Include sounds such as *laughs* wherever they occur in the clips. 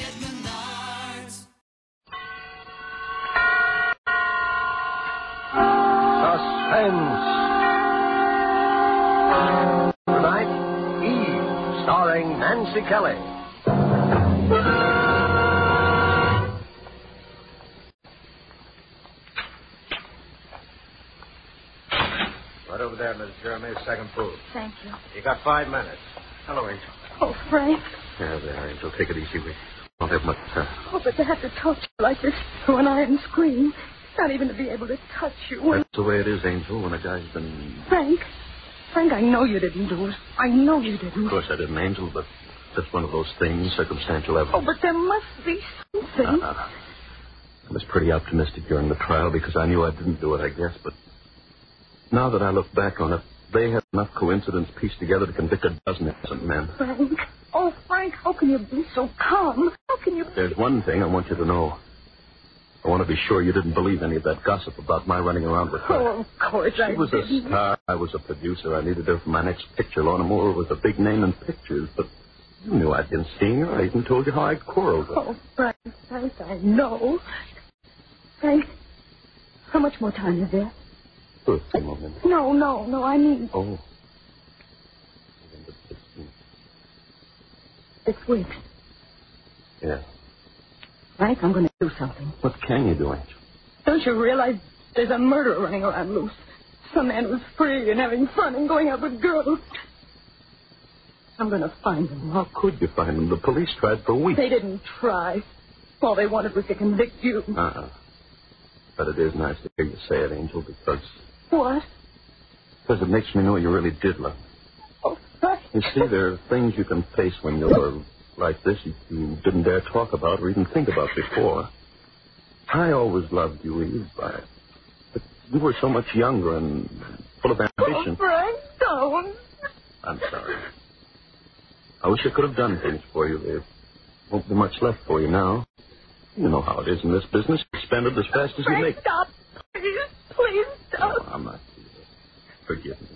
at Menards. Suspense. Tonight, Eve, starring Nancy Kelly. Right over there, Miss Jeremy, second booth. Thank you. You got five minutes. Hello, Angel. Oh, Frank. Yeah, there, Angel. Take it easy. We won't have much uh, time. Oh, but to have to touch you like this through an iron screen. Not even to be able to touch you. That's the way it is, Angel, when a guy's been Frank. Frank, I know you didn't do it. I know you didn't. Of course, I didn't, Angel, but that's one of those things, circumstantial Oh, evidence. but there must be something. Uh, I was pretty optimistic during the trial because I knew I didn't do it, I guess, but now that I look back on it, they had enough coincidence pieced together to convict a dozen innocent men. Frank. Oh, Frank, how can you be so calm? How can you be... There's one thing I want you to know. I want to be sure you didn't believe any of that gossip about my running around with her. Oh, of course I She was a didn't. star. I was a producer. I needed her for my next picture. Lorna Moore was a big name in pictures, but you knew I'd been seeing her. I even told you how I quarreled with her. Oh, Frank, Frank, I know. Frank, how much more time is there? Oh, just a moment. No, no, no, I mean Oh. six weeks. Yeah. Frank, I'm going to do something. What can you do, Angel? Don't you realize there's a murderer running around loose? Some man who's free and having fun and going out with girls. I'm going to find him. How could you find them? The police tried for weeks. They didn't try. All they wanted was to convict you. Uh-uh. But it is nice to hear you say it, Angel, because, What? because it makes me know you really did love me. Oh, Frank. You see, there are things you can face when you're like this you, you didn't dare talk about or even think about before. I always loved you, Eve. I, but you were so much younger and full of Oh, ambition. Frank, don't. I'm sorry. I wish I could have done things for you, Eve. Won't be much left for you now. You know how it is in this business. You spend it as fast as you Frank, make. it. stop. Please, please No, stop. I'm not. Forgive me.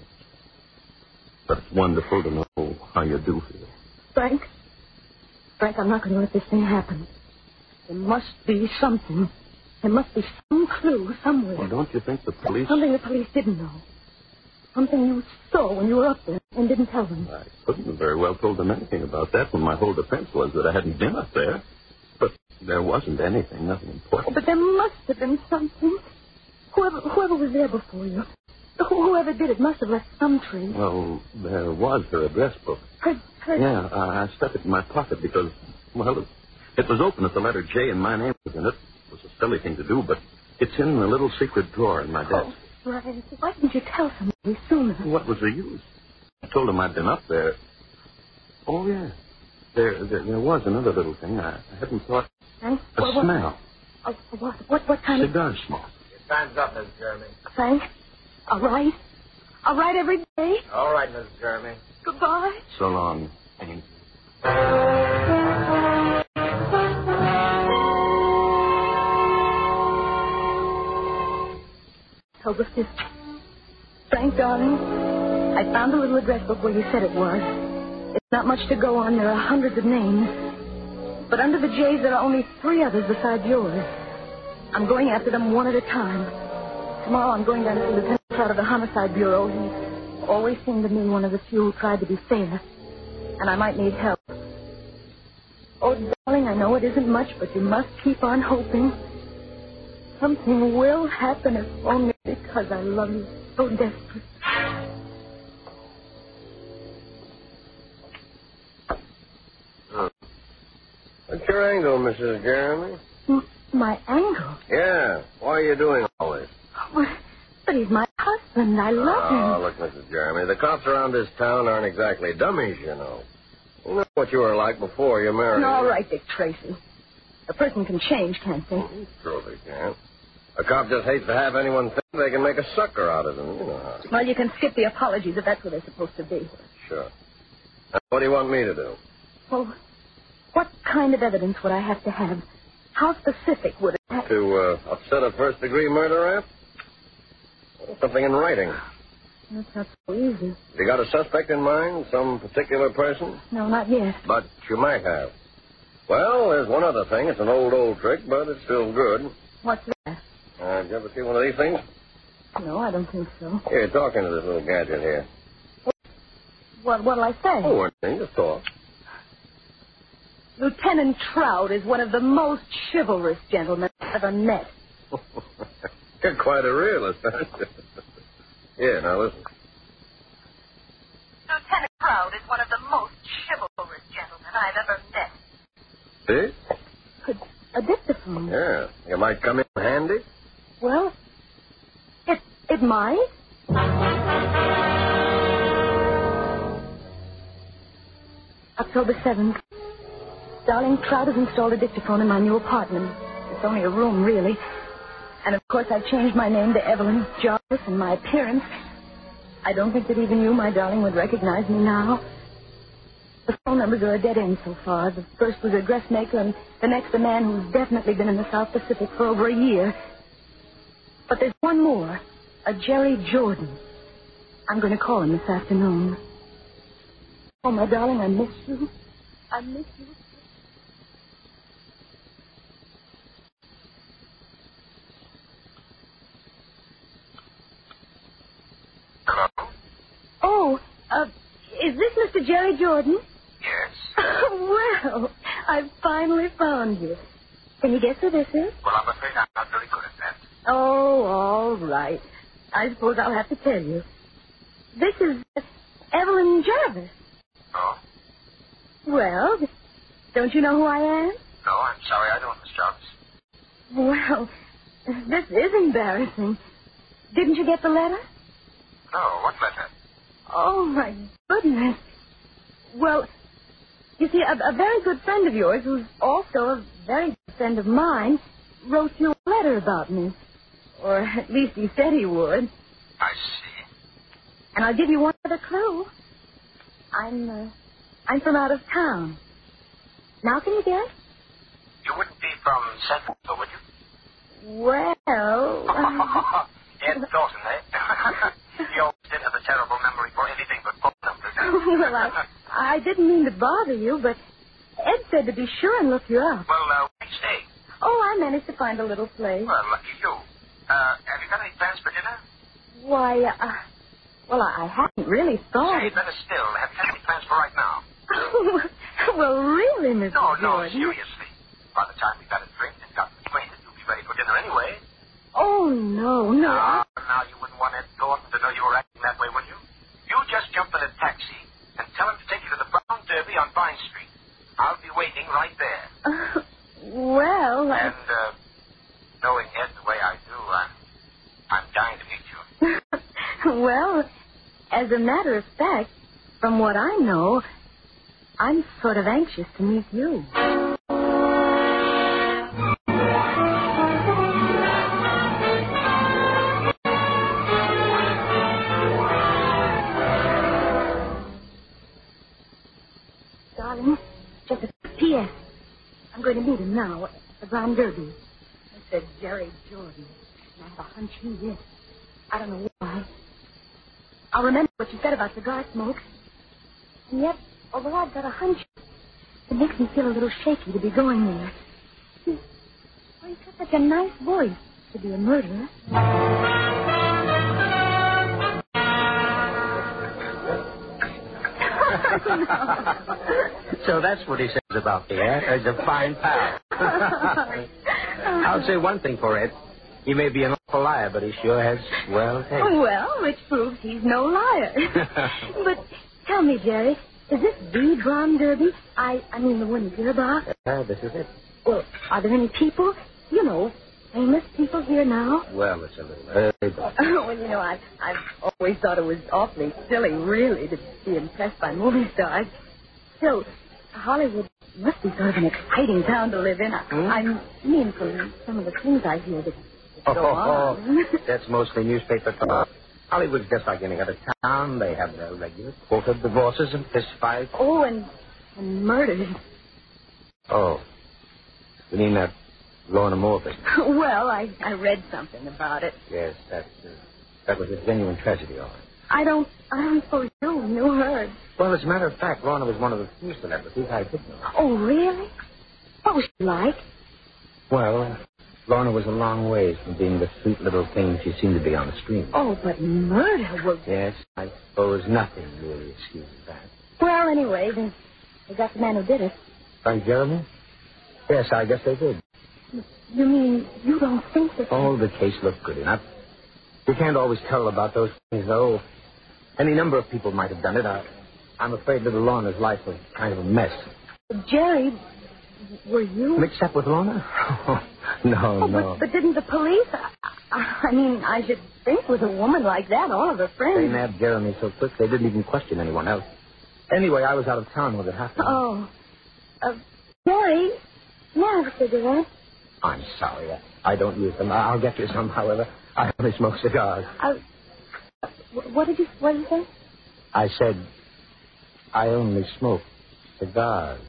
But it's wonderful to know how you do feel. Frank. Frank, I'm not going to let this thing happen. There must be something. There must be some clue somewhere. Well, don't you think the police? Something the police didn't know. Something you saw when you were up there and didn't tell them. I couldn't have very well told them anything about that when my whole defense was that I hadn't been up there. But there wasn't anything, nothing Oh, important. but there must have been something. Whoever, whoever was there before you, wh- whoever did it must have left some trace. Well, there was her address book. Her, her, Yeah, I I stuck it in my pocket because, well, it, it was open at the letter J and my name was in it. It was a silly thing to do, but it's in a little secret drawer in my desk. Oh, Brian, why didn't you tell somebody sooner? What was the use? I told him I'd been up there. Oh, yeah. There, there, there was another little thing. I, I hadn't thought. Frank, A what, what- smell. oh, what, what, what kind of... Cigar smoke. Time's up, Miss Jeremy. Frank, all right. All right every day. All right, Miss Jeremy. Goodbye. So long, Angel. So look this. Frank, darling, I found the little address book where you said it was. It's not much to go on. There are hundreds of names. But under the J's, there are only three others besides yours. I'm going after them one at a time. Tomorrow, I'm going down to Lieutenant Trout of the Homicide Bureau. He always seemed to me one of the few who tried to be fair. And I might need help. Oh, darling, I know it isn't much, but you must keep on hoping. Something will happen if only because I love you so desperately. What's your angle, Mrs. Jeremy? M- My angle? Yeah. Why are you doing all this? But, but he's my husband. I Oh, Ah, love him. look, Mrs. Jeremy, the cops around this town aren't exactly dummies, you know. You know what you were like before you married. And all right, Dick Tracy. A person can change, can't they? Sure they can't. A cop just hates to have anyone think they can make a sucker out of them. You know how. Well, you can skip the apologies if that's what they're supposed to be. Sure. Now, what do you want me to do? Well, Oh, what kind of evidence would I have to have? How specific would it have? To uh, upset a first degree murder rap? Something in writing. That's not so easy. You got a suspect in mind? Some particular person? No, not yet. But you might have. Well, there's one other thing. It's an old, old trick, but it's still good. What's that? Uh, did you ever see one of these things? No, I don't think so. Here, talking to this little gadget here. What, what'll I say? Oh, anything. Just *laughs* talk. Lieutenant Trout is one of the most chivalrous gentlemen I've ever met. You're quite a realist, aren't *laughs* you? yeah, now listen. Lieutenant Trout is one of the most chivalrous gentlemen I've ever met. See? Could uh, a dictaphone? Yeah. You might come in handy. Well, it it might. October 7th. Darling Trout has installed a dictaphone in my new apartment. It's only a room, really. And of course, I've changed my name to Evelyn Jarvis and my appearance. I don't think that even you, my darling, would recognize me now. The phone numbers are a dead end so far. The first was a dressmaker, and the next a man who's definitely been in the South Pacific for over a year. But there's one more a Jerry Jordan. I'm going to call him this afternoon. Oh, my darling, I miss you. I miss you. Hello? Oh, uh, is this Mr. Jerry Jordan? Yes. *laughs* well, I've finally found you. Can you guess who this is? Well, I'm afraid I'm not very good at that. Oh, all right. I suppose I'll have to tell you. This is Evelyn Jarvis. Oh? Well, don't you know who I am? No, I'm sorry. I don't, Miss Jarvis. Well, this is embarrassing. Didn't you get the letter? No, what letter? Oh, my goodness. Well, you see, a, a very good friend of yours, who's also a very good friend of mine, wrote you a letter about me. Or at least he said he would. I see. And I'll give you one other clue. I'm, uh, I'm from out of town. Now can you guess? You wouldn't be from Sacramento, would you? Well, *laughs* uh, Ed Dawson, eh? *laughs* he always did have a terrible memory for anything but phone numbers. *laughs* well, I, I didn't mean to bother you, but Ed said to be sure and look you up. Well, uh, we stay. Oh, I managed to find a little place. Well, lucky you. Uh, have you got any plans for dinner? Why, uh, well, I, I hadn't really thought. Say, better still, have you got any plans for right now? *laughs* well, really, Mr. *laughs* No, no, Jordan. seriously. By the time we've had a drink and gotten acquainted, you'll be ready for dinner anyway. Oh, no, no. Ah, now you wouldn't want Ed Gordon to know you were acting that way, would you? You just jump in a taxi and tell him to take you to the Brown Derby on Vine Street. I'll be waiting right there. Uh, well, I- And uh, knowing Ed the way I do, I'm, I'm dying to meet you. *laughs* well, as a matter of fact, from what I know, I'm sort of anxious to meet you. Darling, just a P.S. I'm going to meet him now at the Grand Derby. Mr. Jerry Jordan. And I have a hunch he is. I don't know why. I'll remember what you said about cigar smoke. And yet, although I've got a hunch, it makes me feel a little shaky to be going there. Hmm. Why, he's got such a nice voice to be a murderer. So that's what he says about me, eh? He's a fine pal. I'll say one thing for Ed. He may be an awful liar, but he sure has, well, taste. Oh, Well, which proves he's no liar. but tell me, Jerry, is this the Brown Derby? I, I mean the one you hear about? uh, Ah, this is it. Well, are there any people, you know, famous people here now? Well, it's a little early, but... *laughs* well, you know, I, I've always thought it was awfully silly, really, to be impressed by movie stars. Still, Hollywood must be sort of an exciting town to live in. I, I'm mean from some of the things I hear that Oh, go on. *laughs* that's mostly newspaper talk. Hollywood's just like any other town. They have their regular quota divorces and fistfights. oh, and, and murders. Oh, you mean that Lorna Moore business? *laughs* Well, I, I read something about it. Yes, that uh, that was a genuine tragedy, all right. I don't I don't suppose you knew her. Well, as a matter of fact, Lorna was one of the few celebrities I did know. Oh, really? What was she like? Well, Lorna was a long ways from being the sweet little thing she seemed to be on the screen. Oh, but murder was Yes, I suppose nothing really excuses that. well anyway, they, they got the man who did it. Frank Jeremy? Yes, I guess they did. You mean you don't think that Oh, the case looked good enough. You can't always tell about those things, though. Any number of people might have done it. I, I'm afraid little Lorna's life was kind of a mess. Jerry were you Mixed up with Lorna? *laughs* no, Oh, no. but, but didn't the police? I, I I mean, I should think with a woman like that, all of her They friends. nabbed Jeremy so quick they didn't even question anyone else. Anyway, I was out of town when it happened. Oh, uh, Jerry. Yeah, I figure that. I'm sorry. I- I don't use them. I- I'll get you some, however. I only smoke cigars. I, wh- what did you What did you say? I said, I only smoke cigars.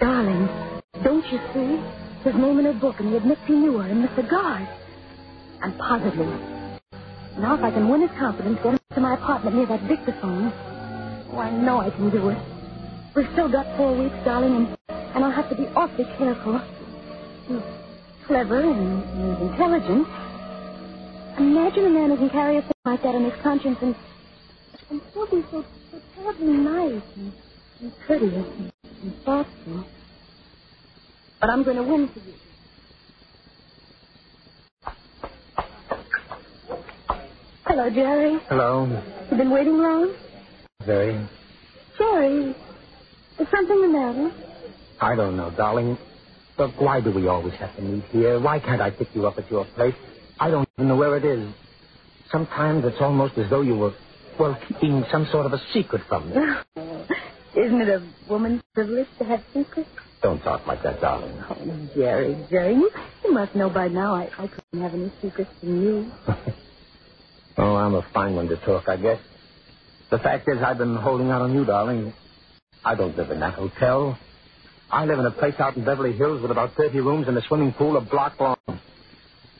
Darling, don't you see? His name in her book, and he admits he knew her in the cigars. I'm positive. Now, if I can win his confidence, get him to my apartment near that dictaphone. Oh, I know I can do it. We've still got four weeks, darling, and, and I'll have to be awfully careful. He's clever and, and intelligent. Imagine a man who can carry a thing like that on his conscience and, and still be so, so terribly nice and, and courteous and, and thoughtful. But I'm going to win for you. Hello, Jerry. Hello. You been waiting long? Very. Jerry, is something the matter? I don't know, darling. Look, why do we always have to meet here? Why can't I pick you up at your place? I don't even know where it is. Sometimes it's almost as though you were, well, keeping some sort of a secret from me. Isn't it a woman's privilege to have secrets? Don't talk like that, darling. Oh, Jerry, Jerry, you, you must know by now I, I couldn't have any secrets from you. Oh, I'm a fine one to talk, I guess. The fact is, I've been holding out on you, darling. I don't live in that hotel. I live in a place out in Beverly Hills with about 30 rooms and a swimming pool a block long.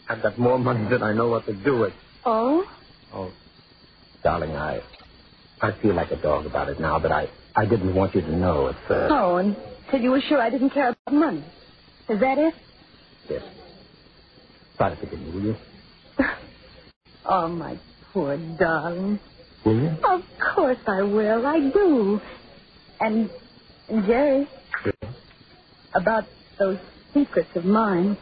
I've got more money than I know what to do with. Oh? Oh, darling, I I feel like a dog about it now, but I, I didn't want you to know at first. *laughs* Oh, and said you were sure I didn't care about money. Is that it? Yes. Try to forgive me, will you? Oh, my poor darling. Will you? Of course I will. I do. And, and Jerry, about those secrets of mine.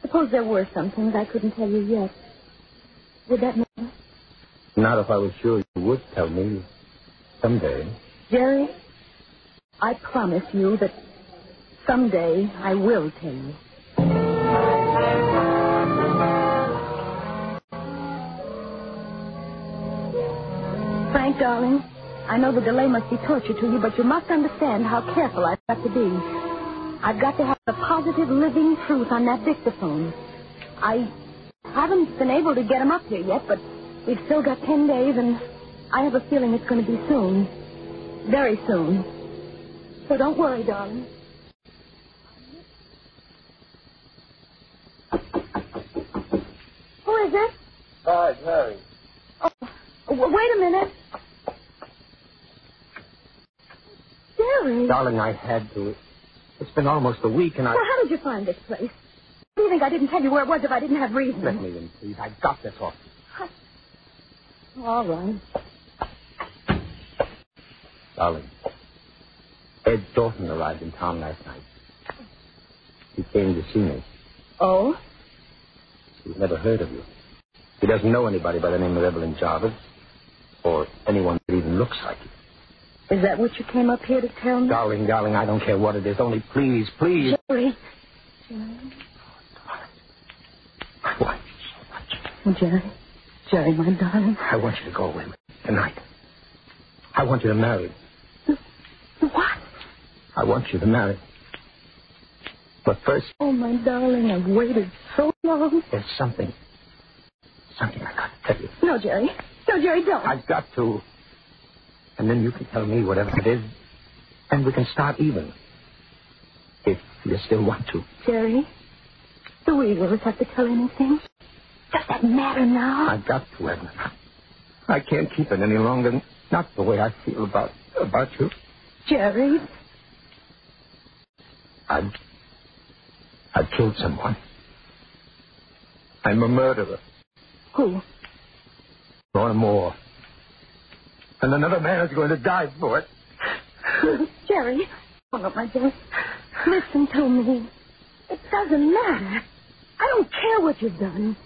Suppose there were some things I couldn't tell you yet. Would that matter? Not if I was sure you would tell me someday. Jerry, I promise you that someday I will tell you. Frank, darling, I know the delay must be torture to you, but you must understand how careful I've got to be. I've got to have the positive living truth on that dictaphone. I haven't been able to get him up here yet, but we've still got ten days, and I have a feeling it's going to be soon. Very soon. So don't worry, darling. Who is it? Bye, Harry. W- wait a minute. Jerry. Darling, I had to. It's been almost a week, *laughs* and I. Well, how did you find this place? Do you think I didn't tell you where it was if I didn't have reason? Let me in, please. I got this off. *laughs* All right. Darling, Ed Thornton arrived in town last night. He came to see me. Oh? He's never heard of you. He doesn't know anybody by the name of Evelyn Jarvis, or anyone that even looks like you. Is that what you came up here to tell me? Darling, darling, I don't care what it is. Only please, please. Jerry. I want you so much. Oh, Jerry. Jerry, my darling. I want you to go away with me tonight. I want you to marry. me. What? I want you to marry. me. But first, Oh, my darling, I've waited so long. there's something. Something I gotta tell you. No, Jerry. No, Jerry, don't. I've got to. And then you can tell me whatever it is, and we can start even. If you still want to. Jerry, do we really have to tell anything? Does that matter now? I've got to, Edna. I can't keep it any longer. Not the way I feel about about you. Jerry, I've I've killed someone. I'm a murderer. who? Lorna Moore. And another man is going to die for it. *laughs* Jerry. Oh, no, my dear. Listen to me. It doesn't matter. I don't care what you've done.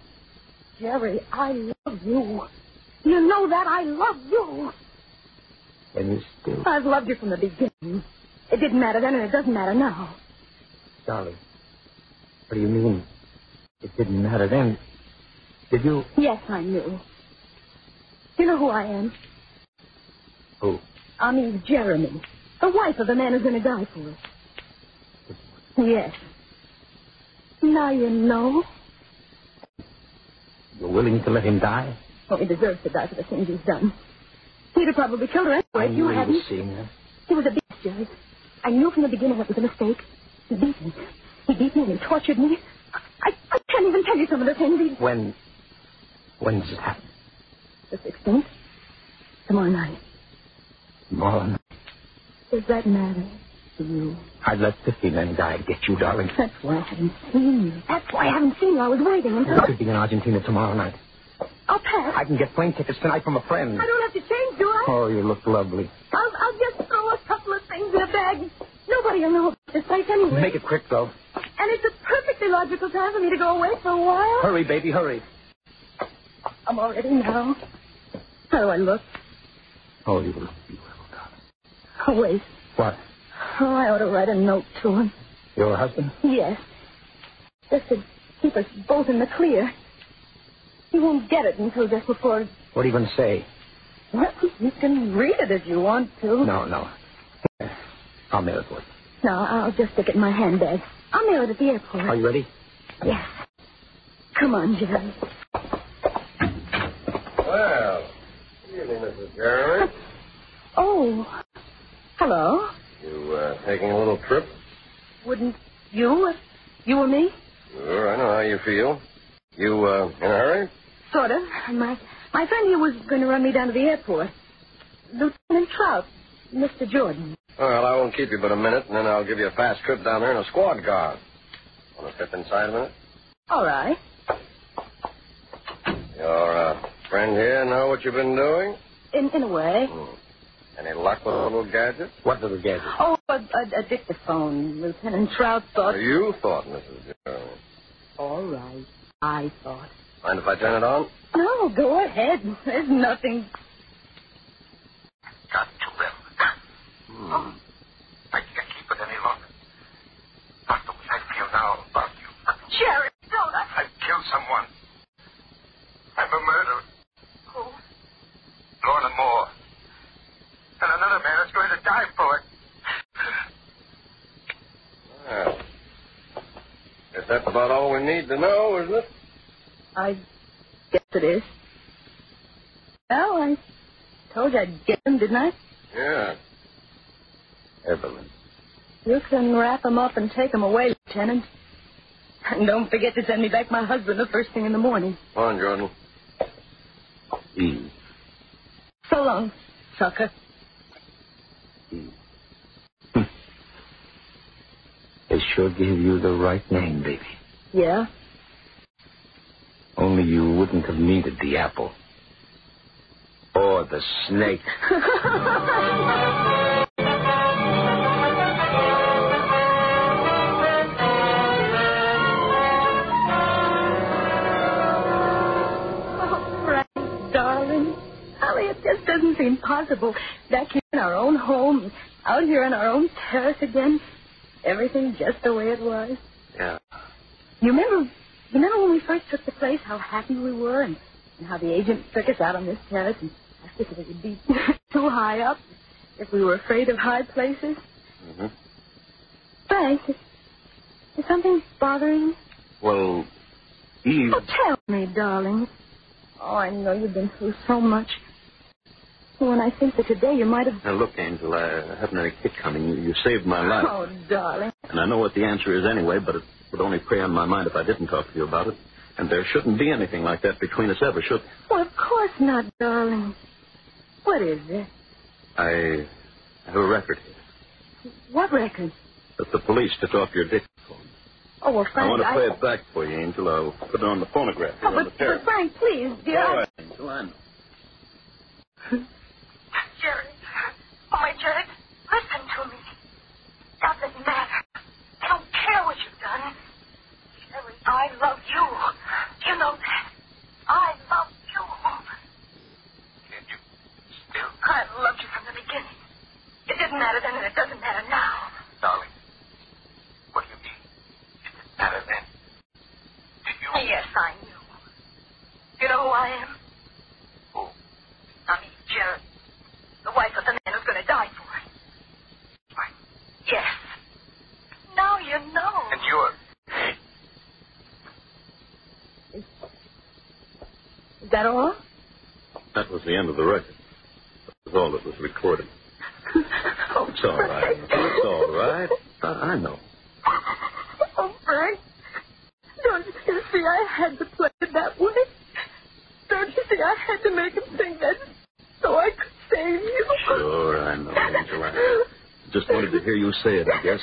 Jerry, I love you. You know that I love you. And you still, I've loved you from the beginning. It didn't matter then, and it doesn't matter now. darling. What do you mean? It didn't matter then. Did you? Yes, I knew. You know who I am? Who? I'm Eve Jeremy, the wife of the man who's going to die for us. Yes. Now you know. You're willing to let him die? Well, he deserves to die for the things he's done. He'd have probably killed her anyway if you I knew hadn't. was seeing her. He was a beast, Jerry. I knew from the beginning it was a mistake. He beat me. He beat me and he tortured me. I, I can't even tell you some of the things he... When? When does it happen? The 16th? Tomorrow night. Tomorrow. Does that matter to you? I'd let 50 men die to get you, darling. That's why I haven't seen you. That's why I haven't seen you. I was waiting until... I could be in Argentina tomorrow night. I'll pass. I can get plane tickets tonight from a friend. I don't have to change, do I? Oh, you look lovely. I'll, I'll just throw a couple of things in a bag. Nobody will know about this place anyway. Make it quick, though. And it's a perfectly logical time for me to go away for a while. Hurry, baby, hurry. I'm all ready now. How do I look? Oh, you look beautiful, darling. Oh, wait. What? Oh, I ought to write a note to him. Your husband? Yes. Just to keep us both in the clear. He won't get it until just before. What are you going to say? Well, you can read it if you want to. No, no. Here. I'll mail it for you. No, I'll just stick it in my handbag. I'll mail it at the airport. Are you ready? Yes. Come on, Jerry. Well, good evening, Mrs. Jeremy. Oh. Hello. You uh, taking a little trip? Wouldn't you, if you or me? Sure, I know how you feel. You uh, in a hurry? Sort of. My my friend here was going to run me down to the airport. Lieutenant Trout, Mr. Jordan. Well, I won't keep you but a minute, and then I'll give you a fast trip down there in a squad car. Want to step inside a minute? All right. Your uh, friend here know what you've been doing? Hmm. In in a way. Any luck with a little gadget? What little gadget? Oh, a, a, a dictaphone. Lieutenant Trout thought. Well, you thought, Mrs. Jeremy. All right. I thought. Mind if I turn it on? No, go ahead. *laughs* There's nothing. Got to him. I can't keep it any longer. Not the way I feel now about you. Jerry, don't I? I've killed someone. I'm a murderer. Who? Lorna Moore. And another man is going to die for it. Well, guess that's about all we need to know, isn't it? I guess it is. Well, I told you I'd get him, didn't I? Yeah. Evelyn. You can wrap him up and take him away, Lieutenant. And don't forget to send me back my husband the first thing in the morning. Come on, Jordan. E. Eve. So long, sucker. They sure gave you the right name, baby. Yeah? Only you wouldn't have needed the apple. Or the snake. Oh, Frank, darling. Ellie, it just doesn't seem possible. Back here in our own home, out here on our own terrace again. Everything just the way it was. Yeah. You remember, you remember when we first took the place, how happy we were and and how the agent took us out on this terrace and asked us if it would be *laughs* too high up, if we were afraid of high places. Mm-hmm. Frank, is, is something bothering you? Well, E, Eve. Oh, tell me, darling. Oh, I know you've been through so much. When I think that today you might have. Now, look, Angel, I haven't any kid coming. You, you saved my life. Oh, darling. And I know what the answer is anyway, but it would only prey on my mind if I didn't talk to you about it. And there shouldn't be anything like that between us ever, should Well, of course not, darling. What is it? I have a record here What record? that the police took off your dictaphone. Oh, well, Frank, I want to play it back for you, Angel. I'll put it on the phonograph Oh, here on but, the but terrace. Frank, please, dear. All right, Angel, I know. Jared. Oh, my Jared, listen to me. It doesn't matter. I don't care what you've done. Jared, I love you. You know that. I love you. Did you still, I loved you from the beginning. It didn't matter then, and it doesn't matter now. darling? What do you mean? It didn't matter then. Did you? Yes, I knew. You know who I am? Who? I'm Eve Jared, the wife of the man who's going to die for it. Why? Yes. Now you know. And you're. Is that all? That was the end of the record. That was all that was recorded. oh, It's all right. Angel. It's all right. I, I know. Oh, Frank. Don't you see I had to play it that way? Don't you see I had to make him think that so I could save you? Sure, I know, Angel. I just wanted to hear you say it, I guess.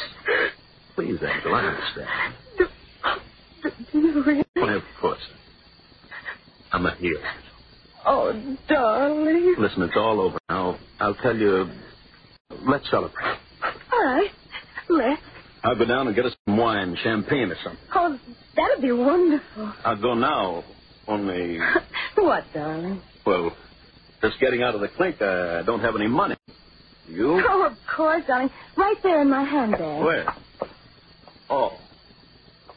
Please, Angel, I understand. Do, do, do you really? Why, of course. I'm a heel. Oh, darling. Listen, it's all over now. I'll tell you. Let's celebrate. All right. Let's. I'll go down and get us some wine, champagne, or something. Oh, that'd be wonderful. I'll go now. Only, what, darling? well, just getting out of the clink, I don't have any money. You? Oh, of course, darling. Right there in my handbag. Where? Oh.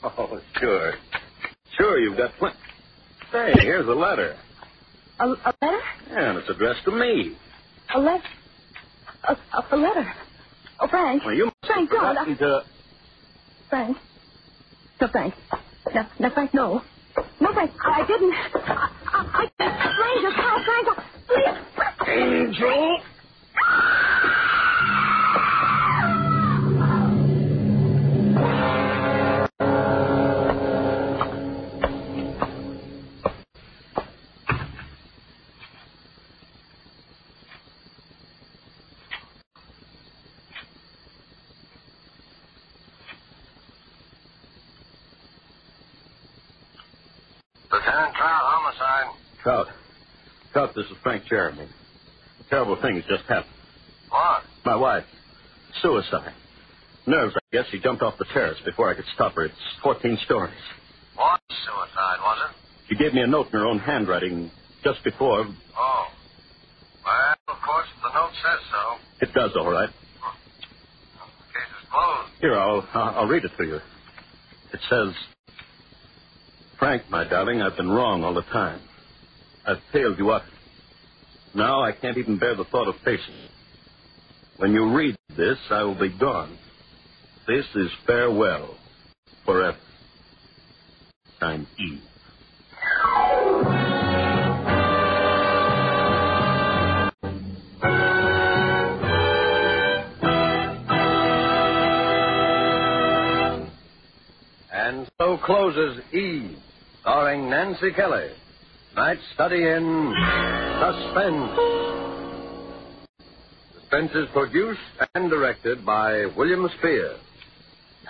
Oh, sure. Sure, you've got plenty. Say, here's a letter. A, a letter? And it's addressed to me. A letter? A, a, a letter? Oh, Frank. Well, you must have Frank, don't. forgotten to... Frank. No, Frank. No, no, Frank, no. No, Frank, I didn't. I, I, I can't explain just how Frank. I- Please. Frank. Angel! Lieutenant Trout, homicide. Trout. Trout, this is Frank Jeremy. Terrible things just happened. What? My wife. Suicide. Nerves, I guess. She jumped off the terrace before I could stop her. It's 14 stories. What suicide, was it? She gave me a note in her own handwriting just before. Oh. Well, of course, the note says so. It does, all right. Case is closed. Here, I'll, I'll I'll read it to you. It says, Frank, my darling, I've been wrong all the time. I've failed you utterly. Now I can't even bear the thought of facing you. When you read this, I will be gone. This is farewell forever. E. I'm Eve. And so closes Eve, starring Nancy Kelly. Tonight's study in suspense. Suspense is produced and directed by William Spear.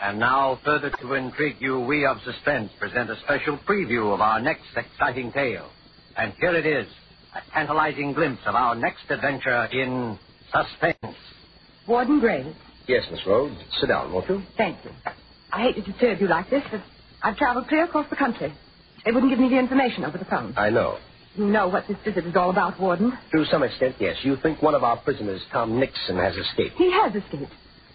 And now, further to intrigue you, we of Suspense present a special preview of our next exciting tale. And here it is, a tantalizing glimpse of our next adventure in suspense. Warden Gray, Yes, Miss Rhodes. Sit down, won't you? thank you. I hate to disturb you like this, but I've traveled clear across the country. They wouldn't give me the information over the phone. I know. You know what this visit is all about, Warden. To some extent, yes. You think one of our prisoners, Tom Nixon, has escaped. He has escaped.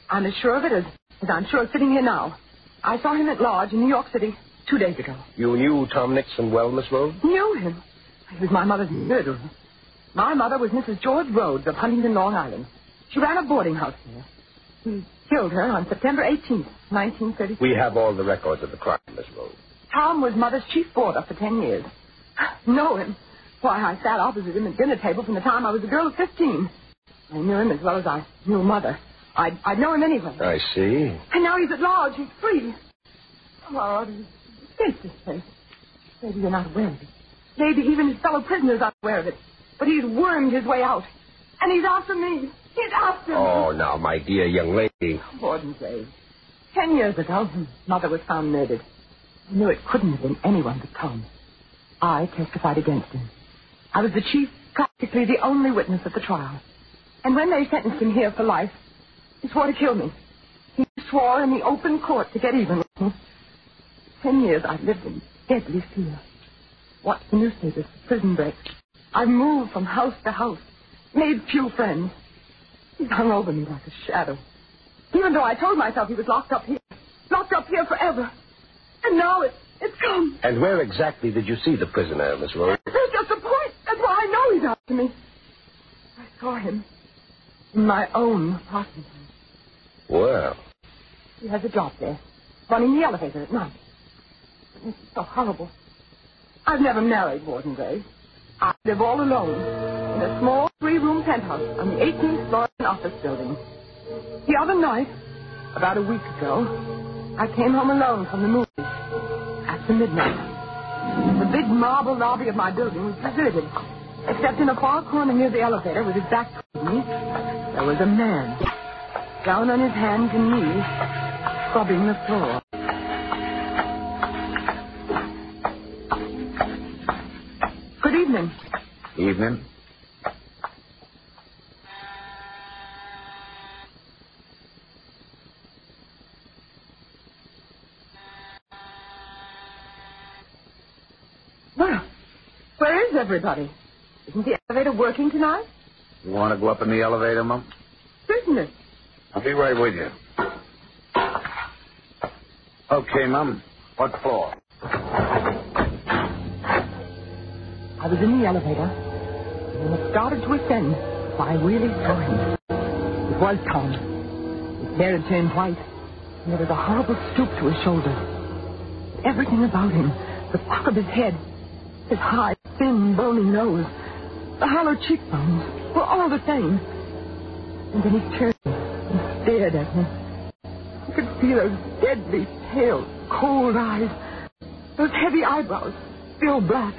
I'm as sure of it as, as I'm sure of sitting here now. I saw him at Lodge in New York City two days ago. You knew Tom Nixon well, Miss Rhodes? Knew him. He was my mother's murderer. My mother was Mrs. George Rhodes of Huntington, Long Island. She ran a boarding house here. He killed her on September 18th, 1933. We have all the records of the crime, Miss Rhodes. Tom was mother's chief boarder for ten years. Know him? Why, I sat opposite him at dinner table from the time I was a girl of 15. I knew him as well as I knew mother. I'd, I'd know him anyway. I see. And now he's at large. He's free. Oh, it's this place. Maybe you're not aware of it. Maybe even his fellow prisoners aren't aware of it. But he's wormed his way out. And he's after me. He's after Oh, now, my dear young lady. me. Gordon Graves. Ten years ago, his mother was found murdered. I knew it couldn't have been anyone but Tom. I testified against him. I was the chief, practically the only witness at the trial. And when they sentenced him here for life, he swore to kill me. He swore in the open court to get even with me. Ten years I've lived in deadly fear. Watched the newspapers, for prison breaks. I've moved from house to house, made few friends. He's hung over me like a shadow. Even though I told myself he was locked up here, locked up here forever. And now it, it's come. And where exactly did you see the prisoner, Miss Rhodes? That's just the point. That's why I know he's after me. I saw him in my own apartment. Well, He has a job there, running the elevator at night. It's so horrible. I've never married Warden Graves. I live all alone in a small three-room penthouse on the 18th floor of an office building. The other night, about a week ago, I came home alone from the movies after midnight. The big marble lobby of my building was deserted, except in a far corner near the elevator with his back toward me, there was a man down on his hands and knees, scrubbing the floor. Good evening. evening. Well, where is everybody? Isn't the elevator working tonight? You want to go up in the elevator, Mum? Business. I'll be right with you. Okay, Mum. What floor? I was in the elevator. and When it started to ascend, I really saw him. It was Tom. His hair had turned white, and there was a horrible stoop to his shoulders. Everything about him the crook of his head, his high, thin, bony nose, the hollow cheekbones were all the same. And then he turned and stared at me. I could see those deadly, pale, cold eyes, those heavy eyebrows, still black,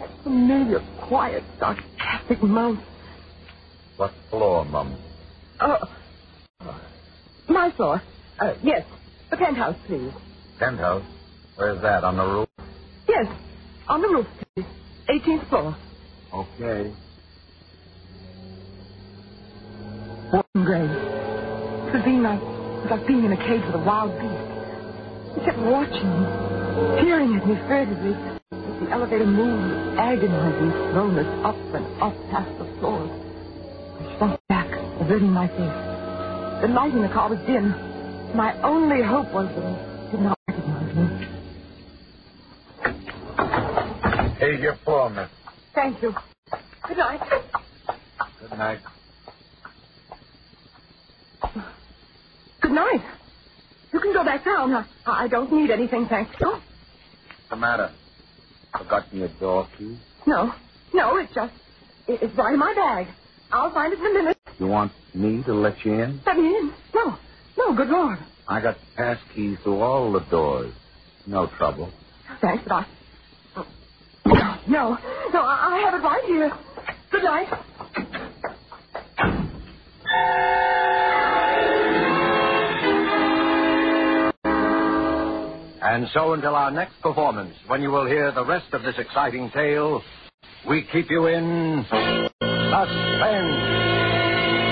that familiar, quiet, sarcastic mouth. What floor, Mum? Oh, my floor. Uh, yes, the penthouse, please. Penthouse. Where's that? On the roof? Yes, on the roof, please. 18th floor. Okay. Warden Graves. It was being like, it was like being in a cage with a wild beast. He kept watching me, peering at me furtively as the elevator moved with agonizing slowness up and up past the floors. I shrunk back, averting my face. The light in the car was dim. My only hope was that he did not recognize me. Here's your floor, Miss. Thank you. Good night. Good night. Good night. You can go back down. I, I don't need anything, thanks. Oh, What's the matter? Forgotten your door key? no, no, it's just, it, it's right in my bag. I'll find it in a minute. You want me to let you in? Let me in. No, no, good Lord. I got pass keys to all the doors. No trouble. Thanks, but I... No, no, I, I have it right here. Good night. And so until our next performance, when you will hear the rest of this exciting tale, we keep you in suspense.